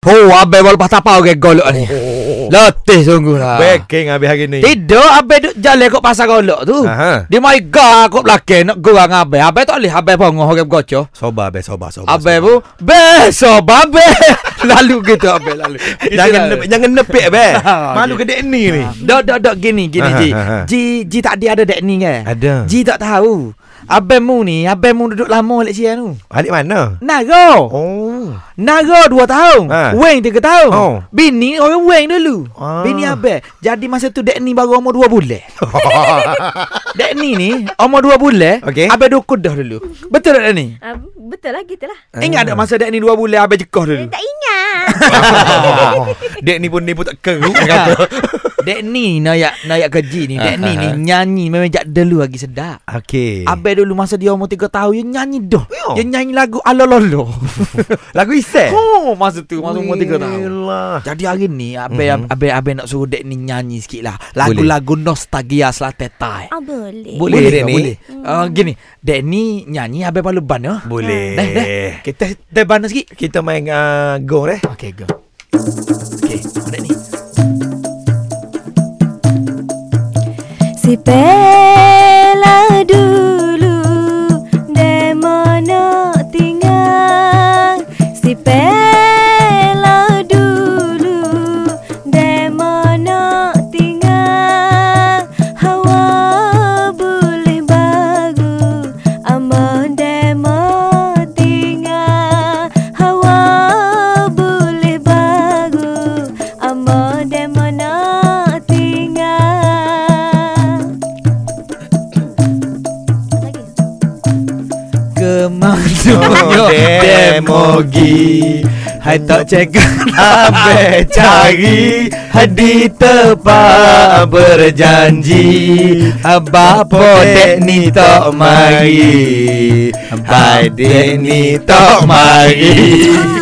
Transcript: Oh, Abang baru patah pau ke golok ni. Oh. Letih sungguh lah. Backing habis hari ni. Tidak, Abang duk jalan kot pasar golok tu. Aha. Dia mai gah kot belakang nak gorang Abang. Abang tak boleh. Abang pongoh orang bergocor. Soba be soba soba. Abang pun, besok Abang. Lalu gitu Abang lalu. Gitu lalu. jangan nep, jangan nepek be. Ah, Malu okey. gede ni ni. Dok, dok, dok gini, gini Aha, Ji. aha. Ji, Ji tak ada ada dek ni ke? Ada. Ji tak tahu. Abang mu ni, Abang mu duduk lama lek sian tu. Alik mana? Naro. Oh. Nara dua tahun Ha. Weng tiga tahun Oh. Bini orang Weng dulu Ah. Bini abang Jadi masa tu Dek ni baru umur dua bulan Dek ni ni Umur dua bulan Okey. Abang duk kudah dulu Betul tak Dek ni? Ah, betul lah kita lah. Ah. Ingat tak masa Dek ni dua bulan Abang jekoh dulu Eh, tak ingat. Dek ni pun nipu tak keruk dia kata. Dek ni Nayak nayak keji ni Dek ni ni Nyanyi memang jak dulu lagi sedap Ah, Okey. Abang dulu masa dia umur tiga tahun Dia nyanyi dah Ya. Dia nyanyi lagu Alololo Lagu Isai. Oh masa tu Masa umur tiga tahun Yelah. Jadi hari ni Abang Mhm. mm-hmm. abang, abang nak suruh Dek ni nyanyi sikit lah Lagu-lagu nostalgia Selatan Thai ah, boleh. Boleh, Dek ni? Boleh uh, Gini Dek ni nyanyi Abang palu ban ya Boleh. Dah dah Kita kita ban sikit Kita main uh, go eh. Okay go Okay Dek ni Si Pela dulu Demo nak tinggal Si Pela dulu Demo nak tinggal Hawa boleh bagu Amon demo tinggal Hawa boleh bagu Amon demo nak tinggal Lagi Kemana demogi. Hai tak cakap Abe cari di tempat berjanji Abah Apa dek ni tak mari Hai dek ni tak mari